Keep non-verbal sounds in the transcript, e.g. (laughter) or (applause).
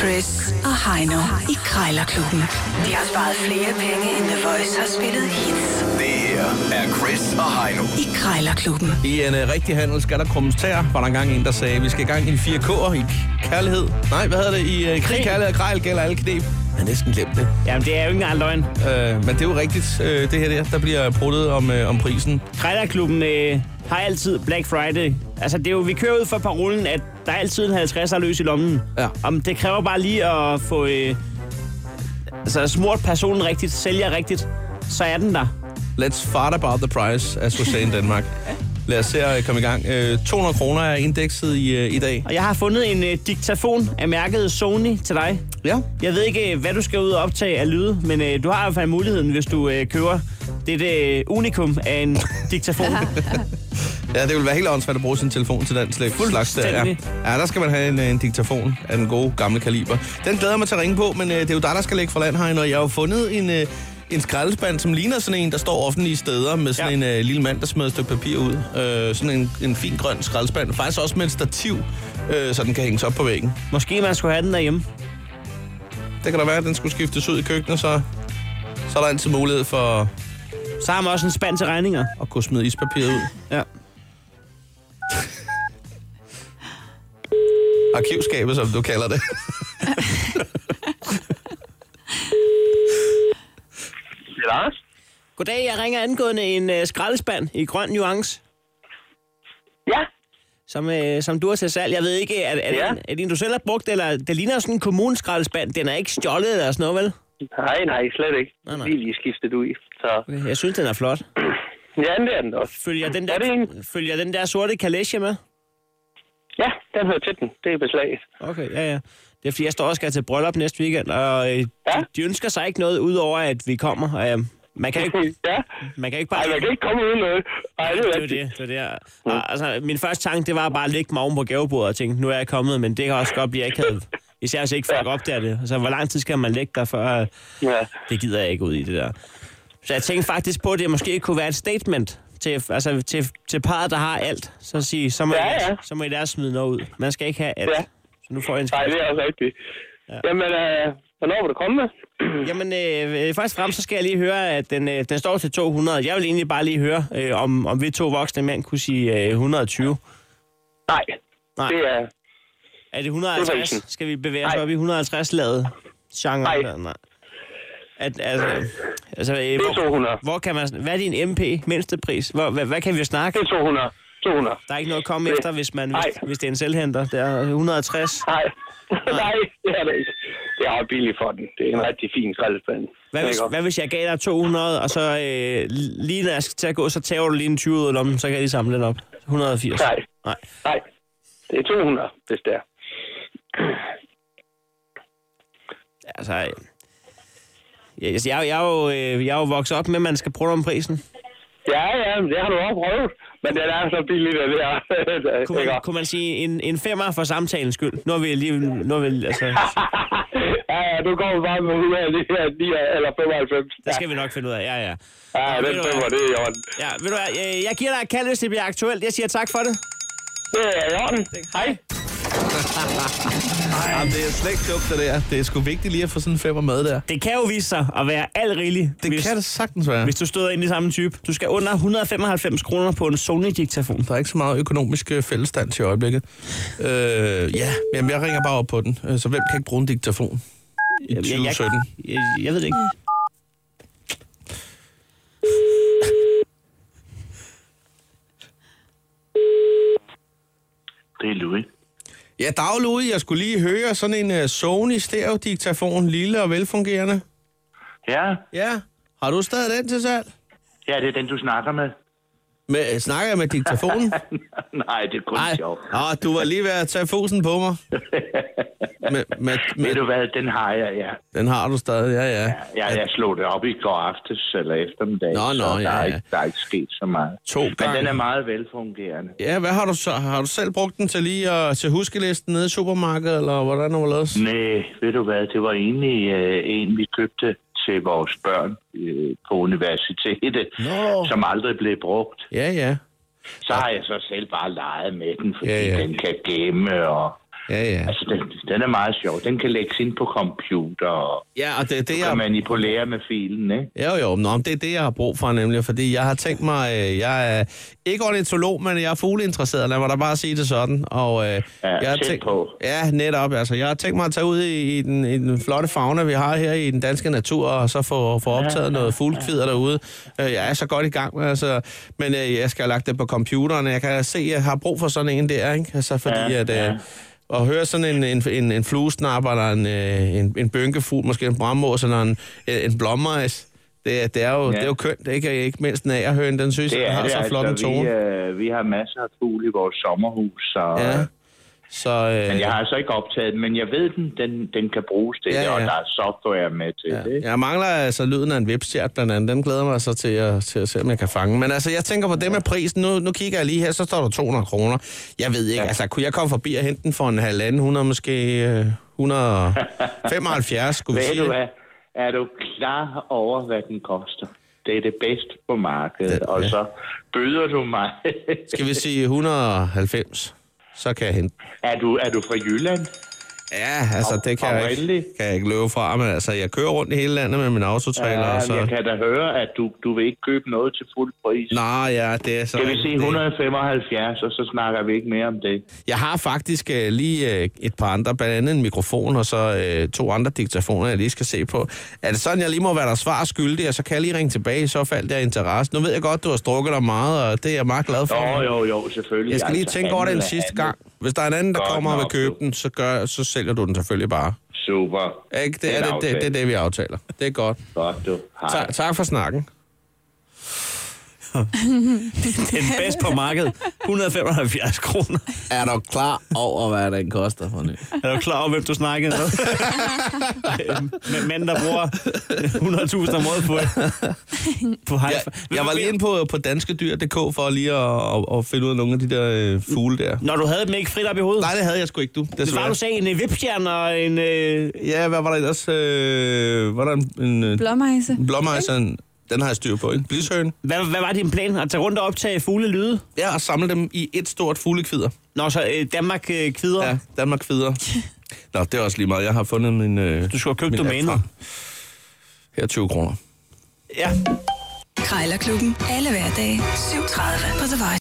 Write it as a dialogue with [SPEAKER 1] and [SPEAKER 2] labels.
[SPEAKER 1] Chris og Heino i Krejlerklubben. De har sparet flere penge, end The Voice har spillet hits
[SPEAKER 2] Det her er Chris og Heino.
[SPEAKER 1] i Krejlerklubben.
[SPEAKER 3] I en uh, rigtig handel skal der krummes tæer, var der engang en, der sagde, vi skal i gang i de fire K'er i kærlighed. Nej, hvad hedder det? I uh, krig, kærlighed og krejl gælder alle knep. Jeg har næsten glemt det.
[SPEAKER 4] Jamen, det er jo ikke engang løgn.
[SPEAKER 3] Uh, men det er jo rigtigt, uh, det her der, der bliver pruttet om, uh, om prisen.
[SPEAKER 4] Krejlerklubben øh, har altid Black Friday. Altså, det er jo, vi kører ud for parolen, at der er altid en 50'er løs i lommen.
[SPEAKER 3] Ja.
[SPEAKER 4] Om det kræver bare lige at få øh, altså, smurt personen rigtigt, sælger rigtigt, så er den der.
[SPEAKER 3] Let's fart about the price, as we say in Danmark. Lad os se at komme i gang. Uh, 200 kroner er indekset i, uh, i dag.
[SPEAKER 4] Og jeg har fundet en øh, diktafon af mærket Sony til dig.
[SPEAKER 3] Ja.
[SPEAKER 4] Jeg ved ikke, øh, hvad du skal ud og optage af lyde, men øh, du har i hvert fald muligheden, hvis du øh, køber det øh, unikum af en diktafon.
[SPEAKER 3] Ja, det ville være helt åndssvagt at bruge sin telefon til den slags slags der. Ja.
[SPEAKER 4] Fuldstændig.
[SPEAKER 3] ja, der skal man have en, øh, en diktafon af den gode gamle kaliber. Den glæder jeg mig til at ringe på, men øh, det er jo dig, der skal lægge for land, Heino. Jeg har jo fundet en, øh, en skraldespand, som ligner sådan en, der står offentlige steder med sådan ja.
[SPEAKER 4] Ja.
[SPEAKER 3] en øh, lille mand, der smider et stykke papir ud. Øh, sådan en, en fin grøn skraldespand. Faktisk også med et stativ, øh, så den kan hænges op på væggen.
[SPEAKER 4] Måske man skulle have den derhjemme.
[SPEAKER 3] Det kan da være, at den skulle skiftes ud i køkkenet, så, så er der altid mulighed for
[SPEAKER 4] Så har man også en spand til regninger.
[SPEAKER 3] at kunne smide ispapiret ud.
[SPEAKER 4] Ja.
[SPEAKER 3] Arkivskabet, som du kalder det.
[SPEAKER 5] Det er Lars.
[SPEAKER 4] Goddag, jeg ringer angående en øh, skraldespand i grøn nuance,
[SPEAKER 5] Ja.
[SPEAKER 4] som, øh, som du har til salg. Jeg ved ikke, er, er,
[SPEAKER 5] Ja.
[SPEAKER 4] ja. er det en, du selv har brugt, eller det ligner sådan en kommuneskraldespand. Den er ikke stjålet eller sådan noget, vel?
[SPEAKER 5] Nej, nej, slet ikke. Nej,
[SPEAKER 4] Nej, nej.
[SPEAKER 5] nej. Lige, lige skiftet ud i. Så
[SPEAKER 4] Okay, Jeg synes, den er flot.
[SPEAKER 5] ja, det er den også.
[SPEAKER 4] Følger den
[SPEAKER 5] Er det
[SPEAKER 4] der,
[SPEAKER 5] en?
[SPEAKER 4] følger den der sorte kalesje med?
[SPEAKER 5] Ja, den hører til den. Det er beslaget.
[SPEAKER 4] Okay, ja, ja. Det er fordi, jeg står og skal til bryllup næste weekend, og øh, ja.
[SPEAKER 5] Ja.
[SPEAKER 4] de, de ønsker sig ikke noget, udover at vi kommer. Og, øh, man, kan ikke,
[SPEAKER 5] ja.
[SPEAKER 4] man kan ikke
[SPEAKER 5] Ej,
[SPEAKER 4] bare...
[SPEAKER 5] man kan ikke komme uden noget. Ej, det er
[SPEAKER 4] det var
[SPEAKER 5] rigtigt. Mm.
[SPEAKER 4] det, det var det. Og, altså, min første tanke, det var bare at lægge mig oven på gavebordet og tænke, nu er jeg kommet, men det kan også godt blive
[SPEAKER 5] (laughs)
[SPEAKER 4] akavet. Især hvis ikke folk
[SPEAKER 5] Ja.
[SPEAKER 4] opdager det. Altså, hvor lang tid skal man lægge der, før øh,
[SPEAKER 5] Ja.
[SPEAKER 4] det gider jeg ikke ud i det der. Så jeg tænkte faktisk på, at det måske kunne være et statement til, altså, til, til parret, der har alt. Så sige, så må,
[SPEAKER 5] Ja,
[SPEAKER 4] I,
[SPEAKER 5] ja.
[SPEAKER 4] så må I lære at smide noget ud. Man skal ikke have alt.
[SPEAKER 5] Ja.
[SPEAKER 4] Så nu får jeg en
[SPEAKER 5] Nej, det er også rigtigt. Ja. Jamen, øh, hvornår vil du komme med?
[SPEAKER 4] Jamen, øh, øh, først og fremmest så skal jeg lige høre, at den, øh, den står til 200. Jeg vil egentlig bare lige høre, øh, om, om vi to voksne mænd kunne sige øh, 120.
[SPEAKER 5] Nej.
[SPEAKER 4] Nej.
[SPEAKER 5] Det er...
[SPEAKER 4] Er det
[SPEAKER 5] Det er
[SPEAKER 4] 150?
[SPEAKER 5] prisen.
[SPEAKER 4] Skal vi bevæge os
[SPEAKER 5] Nej.
[SPEAKER 4] op i 150-laget? Genre?
[SPEAKER 5] Nej.
[SPEAKER 4] eller- Nej. At, altså, altså, øh,
[SPEAKER 5] Det er
[SPEAKER 4] hvor,
[SPEAKER 5] 200.
[SPEAKER 4] hvor kan man, hvad er din MP mindstepris? Hvor, hvad, hvad kan vi snakke?
[SPEAKER 5] Det er 200. 200.
[SPEAKER 4] Der er ikke noget at komme efter, hvis, man, hvis,
[SPEAKER 5] Nej.
[SPEAKER 4] hvis det er en selvhenter. Det er 160.
[SPEAKER 5] Nej. (laughs) Nej, det er det ikke. Det er også billigt for den. Det er en rigtig fin skraldespand.
[SPEAKER 4] Hvad hvis, hvad hvis jeg gav dig 200, og så øh, lige når jeg skal til at gå, så tager du lige en 20 ud af lommen, så kan jeg lige samle den op. 180.
[SPEAKER 5] Nej.
[SPEAKER 4] Nej.
[SPEAKER 5] Nej. Det er 200, hvis det er.
[SPEAKER 4] Altså, øh, jeg, jeg, jeg, jeg, er jo, øh, jeg er jo vokset op med, at man skal prøve om prisen.
[SPEAKER 5] Ja, ja, men det har du også prøvet. Men den er så billig, den der.
[SPEAKER 4] Kunne man, kunne man sige en, en femmer for samtalens skyld? Nu er vi lige... Nu er vi, altså,
[SPEAKER 5] ja, ja, du kommer bare med 199 eller 95.
[SPEAKER 4] det skal vi nok finde ud af. Ja,
[SPEAKER 5] Ja,
[SPEAKER 4] ja.
[SPEAKER 5] ja den
[SPEAKER 4] ved du
[SPEAKER 5] femmer,
[SPEAKER 4] hvad?
[SPEAKER 5] det er i orden.
[SPEAKER 4] Ja, ved du hvad, øh, jeg giver dig et kald, hvis det bliver aktuelt. Jeg siger tak for det.
[SPEAKER 5] Det er i orden. Hej.
[SPEAKER 3] Jamen, det er slet ikke dumt, det der. Det er sgu vigtigt lige at få sådan en femmer med der.
[SPEAKER 4] Det kan jo vise sig at være alt rigeligt,
[SPEAKER 3] Det
[SPEAKER 4] hvis,
[SPEAKER 3] kan det sagtens være.
[SPEAKER 4] hvis du støder ind i samme type. Du skal under 195 kroner på en Sony-diktafon.
[SPEAKER 3] Der er ikke så meget økonomisk øh, fællesstand i øjeblikket. Øh, ja, jamen, jeg ringer bare op på den. Øh, Så hvem kan ikke bruge en diktafon i
[SPEAKER 4] Jamen, jeg-
[SPEAKER 3] 2017?
[SPEAKER 4] Jeg, jeg, jeg ved det ikke.
[SPEAKER 6] Det er Louis.
[SPEAKER 3] Ja, dag Louis, jeg skulle lige høre sådan en øh, Sony stereo-diktafon, lille og velfungerende.
[SPEAKER 6] Ja,
[SPEAKER 3] Ja, har du stadig den til salg?
[SPEAKER 6] ja, det er den, du snakker med.
[SPEAKER 3] Med, øh, snakker jeg med diktafonen?
[SPEAKER 6] Nej, det er kun
[SPEAKER 3] Nej,
[SPEAKER 6] sjovt.
[SPEAKER 3] ah, du var lige ved at tage fusen på mig. Med, med,
[SPEAKER 6] Ved
[SPEAKER 3] med,
[SPEAKER 6] du hvad, den har jeg, ja.
[SPEAKER 3] den har du stadig, ja, ja.
[SPEAKER 6] Jeg, jeg slog det op i går aftes eller eftermiddag,
[SPEAKER 3] Nå,
[SPEAKER 6] så
[SPEAKER 3] nå,
[SPEAKER 6] der,
[SPEAKER 3] ja,
[SPEAKER 6] er
[SPEAKER 3] ja.
[SPEAKER 6] ikke, der er ikke sket så meget.
[SPEAKER 3] To
[SPEAKER 6] Men den
[SPEAKER 3] gange.
[SPEAKER 6] er meget velfungerende.
[SPEAKER 3] Ja, hvad har du så? Har du selv brugt den til lige at til huskelisten nede i supermarkedet, eller hvordan har du lavet?
[SPEAKER 6] Mm. Nej, ved du hvad, det var egentlig øh, en, vi købte til vores børn øh, på universitetet,
[SPEAKER 3] Nå.
[SPEAKER 6] som aldrig blev brugt.
[SPEAKER 3] Ja, ja.
[SPEAKER 6] Så har jeg så selv bare leget med den, fordi
[SPEAKER 3] Ja,
[SPEAKER 6] ja,
[SPEAKER 3] ja.
[SPEAKER 6] ja. den kan gemme og
[SPEAKER 3] Ja, ja.
[SPEAKER 6] Altså, den, den er meget sjov. Den kan lægges ind på computer, og
[SPEAKER 3] Ja, og det er det,
[SPEAKER 6] kan
[SPEAKER 3] jeg...
[SPEAKER 6] manipulere med filen, ikke?
[SPEAKER 3] Ja, jo, Nå, men det er det, jeg har brug for nemlig, fordi jeg har tænkt mig, øh, jeg er ikke ornitolog, men jeg er fugleinteresseret, lad mig da bare sige det sådan. Og, øh, jeg har
[SPEAKER 6] tæt
[SPEAKER 3] tænkt,
[SPEAKER 6] på.
[SPEAKER 3] Ja, netop. Altså, jeg har tænkt mig at tage ud i, i, den, i den flotte fauna, vi har her i den danske natur, og så få, få optaget ja, noget fuglekvider ja. derude. Øh, jeg er så godt i gang, altså, men øh, jeg skal have lagt det på computeren, jeg kan se, at jeg har brug for sådan en der, ikke? Altså, fordi ja,
[SPEAKER 6] Ja,
[SPEAKER 3] at... Øh,
[SPEAKER 6] ja.
[SPEAKER 3] at høre sådan en, en, en, en fluesnapper, eller en, øh, en, en bønkefugl, måske en brammås, eller en, en, en blommeis. Det, det, er jo, ja. det er jo kønt, ikke? Og Ikke mindst nagerhøen, den synes,
[SPEAKER 6] Det
[SPEAKER 3] den
[SPEAKER 6] er
[SPEAKER 3] har
[SPEAKER 6] det,
[SPEAKER 3] så flot en
[SPEAKER 6] altså.
[SPEAKER 3] tone.
[SPEAKER 6] Vi, øh, vi har masser af fugle i vores sommerhus, så...
[SPEAKER 3] ja. Så, øh,
[SPEAKER 6] Men jeg har altså ikke optaget den, men jeg ved, den, den, den kan bruges til
[SPEAKER 3] Ja,
[SPEAKER 6] ja, det, og
[SPEAKER 3] ja.
[SPEAKER 6] der er software med til ja. det.
[SPEAKER 3] ja. jeg mangler altså lyden af en webstjert blandt andet. Den glæder mig så til at, til at se, om jeg kan fange. Men altså, jeg tænker på det med prisen. Nu, nu kigger jeg lige her, så står der 200 kroner. Jeg ved ikke, ja. altså, kunne jeg komme forbi og hente den for en halvanden, 100 måske... øh, 175, skulle vi
[SPEAKER 6] Ved
[SPEAKER 3] sige.
[SPEAKER 6] du hvad? Er du klar over, hvad den koster? Det er det bedste på markedet,
[SPEAKER 3] Ja,
[SPEAKER 6] og
[SPEAKER 3] ja.
[SPEAKER 6] så bøder du mig. (laughs)
[SPEAKER 3] Skal vi sige 190? Så kan jeg hente.
[SPEAKER 6] er, du, er du fra Jylland?
[SPEAKER 3] Ja, altså
[SPEAKER 6] Og-
[SPEAKER 3] det kan
[SPEAKER 6] og
[SPEAKER 3] jeg, ikke,
[SPEAKER 6] venlig.
[SPEAKER 3] kan jeg ikke løbe fra, men altså jeg kører rundt i hele landet med min autotrailer, ja, og
[SPEAKER 6] Ja,
[SPEAKER 3] så...
[SPEAKER 6] jeg kan da høre, at du, du vil ikke købe noget til fuld pris.
[SPEAKER 3] Nej, ja, det er så...
[SPEAKER 6] Skal vi sige 175, og så snakker vi ikke mere om det.
[SPEAKER 3] Jeg har faktisk øh, lige øh, et par andre, blandt andet en mikrofon og så øh, to andre diktafoner, jeg lige skal se på. Er det sådan, jeg lige må være der svar skyldig, og så kan jeg lige ringe tilbage, i så faldt jeg interesse. Nu ved jeg godt, du har strukket dig meget, og det er jeg meget glad for.
[SPEAKER 6] Jo, jo, jo, selvfølgelig.
[SPEAKER 3] Jeg skal lige
[SPEAKER 6] Altså,
[SPEAKER 3] tænke over det en
[SPEAKER 6] handel er
[SPEAKER 3] sidste
[SPEAKER 6] handel.
[SPEAKER 3] gang. Hvis der er en anden, der
[SPEAKER 6] Godt
[SPEAKER 3] kommer og vil
[SPEAKER 6] nok,
[SPEAKER 3] købe
[SPEAKER 6] du.
[SPEAKER 3] den, så, gør, så sælger du den selvfølgelig bare.
[SPEAKER 6] Super.
[SPEAKER 3] Ikke? Det, er
[SPEAKER 6] en
[SPEAKER 3] det, det, det,
[SPEAKER 6] aftale.
[SPEAKER 3] er det, vi aftaler. Det er godt.
[SPEAKER 6] Godt, du. Hej.
[SPEAKER 3] Tak, tak for snakken.
[SPEAKER 4] (laughs) Den bedst på markedet. 175 kroner.
[SPEAKER 3] Er du klar over, hvad den koster for ny?
[SPEAKER 4] Er du klar over, hvem du snakkede (laughs) med? Øhm, med mænd, der bruger 100.000 om året på, (laughs) på high
[SPEAKER 3] Jeg, jeg var lige inde på, på danskedyr.dk for lige at, at, at finde ud af nogle af de der øh, fugle der.
[SPEAKER 4] Når du havde dem ikke frit op i hovedet?
[SPEAKER 3] Nej, det havde jeg sgu ikke, du.
[SPEAKER 4] Det var,
[SPEAKER 3] Desværre.
[SPEAKER 4] du sagde, en øh, vipstjerne og en... Øh,
[SPEAKER 3] Ja, hvad var der ellers? Øh, var der en, en øh,
[SPEAKER 7] Blåmejse.
[SPEAKER 3] blåmejse? en- Den har jeg styr på, ikke? Blishøen.
[SPEAKER 4] hvad, hvad var din plan? At tage rundt og optage fuglelyde?
[SPEAKER 3] Ja, og samle dem i et stort fuglekvider.
[SPEAKER 4] Nå, så øh, Danmark øh, kvider.
[SPEAKER 3] Ja,
[SPEAKER 4] Ja.
[SPEAKER 3] Danmark kvider. Nå, det er også lige meget. Jeg har fundet min... Øh,
[SPEAKER 4] Du skulle have købt
[SPEAKER 3] min app
[SPEAKER 4] domænet.
[SPEAKER 3] fra. Her er 20 kroner.
[SPEAKER 4] ja.
[SPEAKER 1] Krejlerklubben. Alle hverdage. 7.30 på The Voice.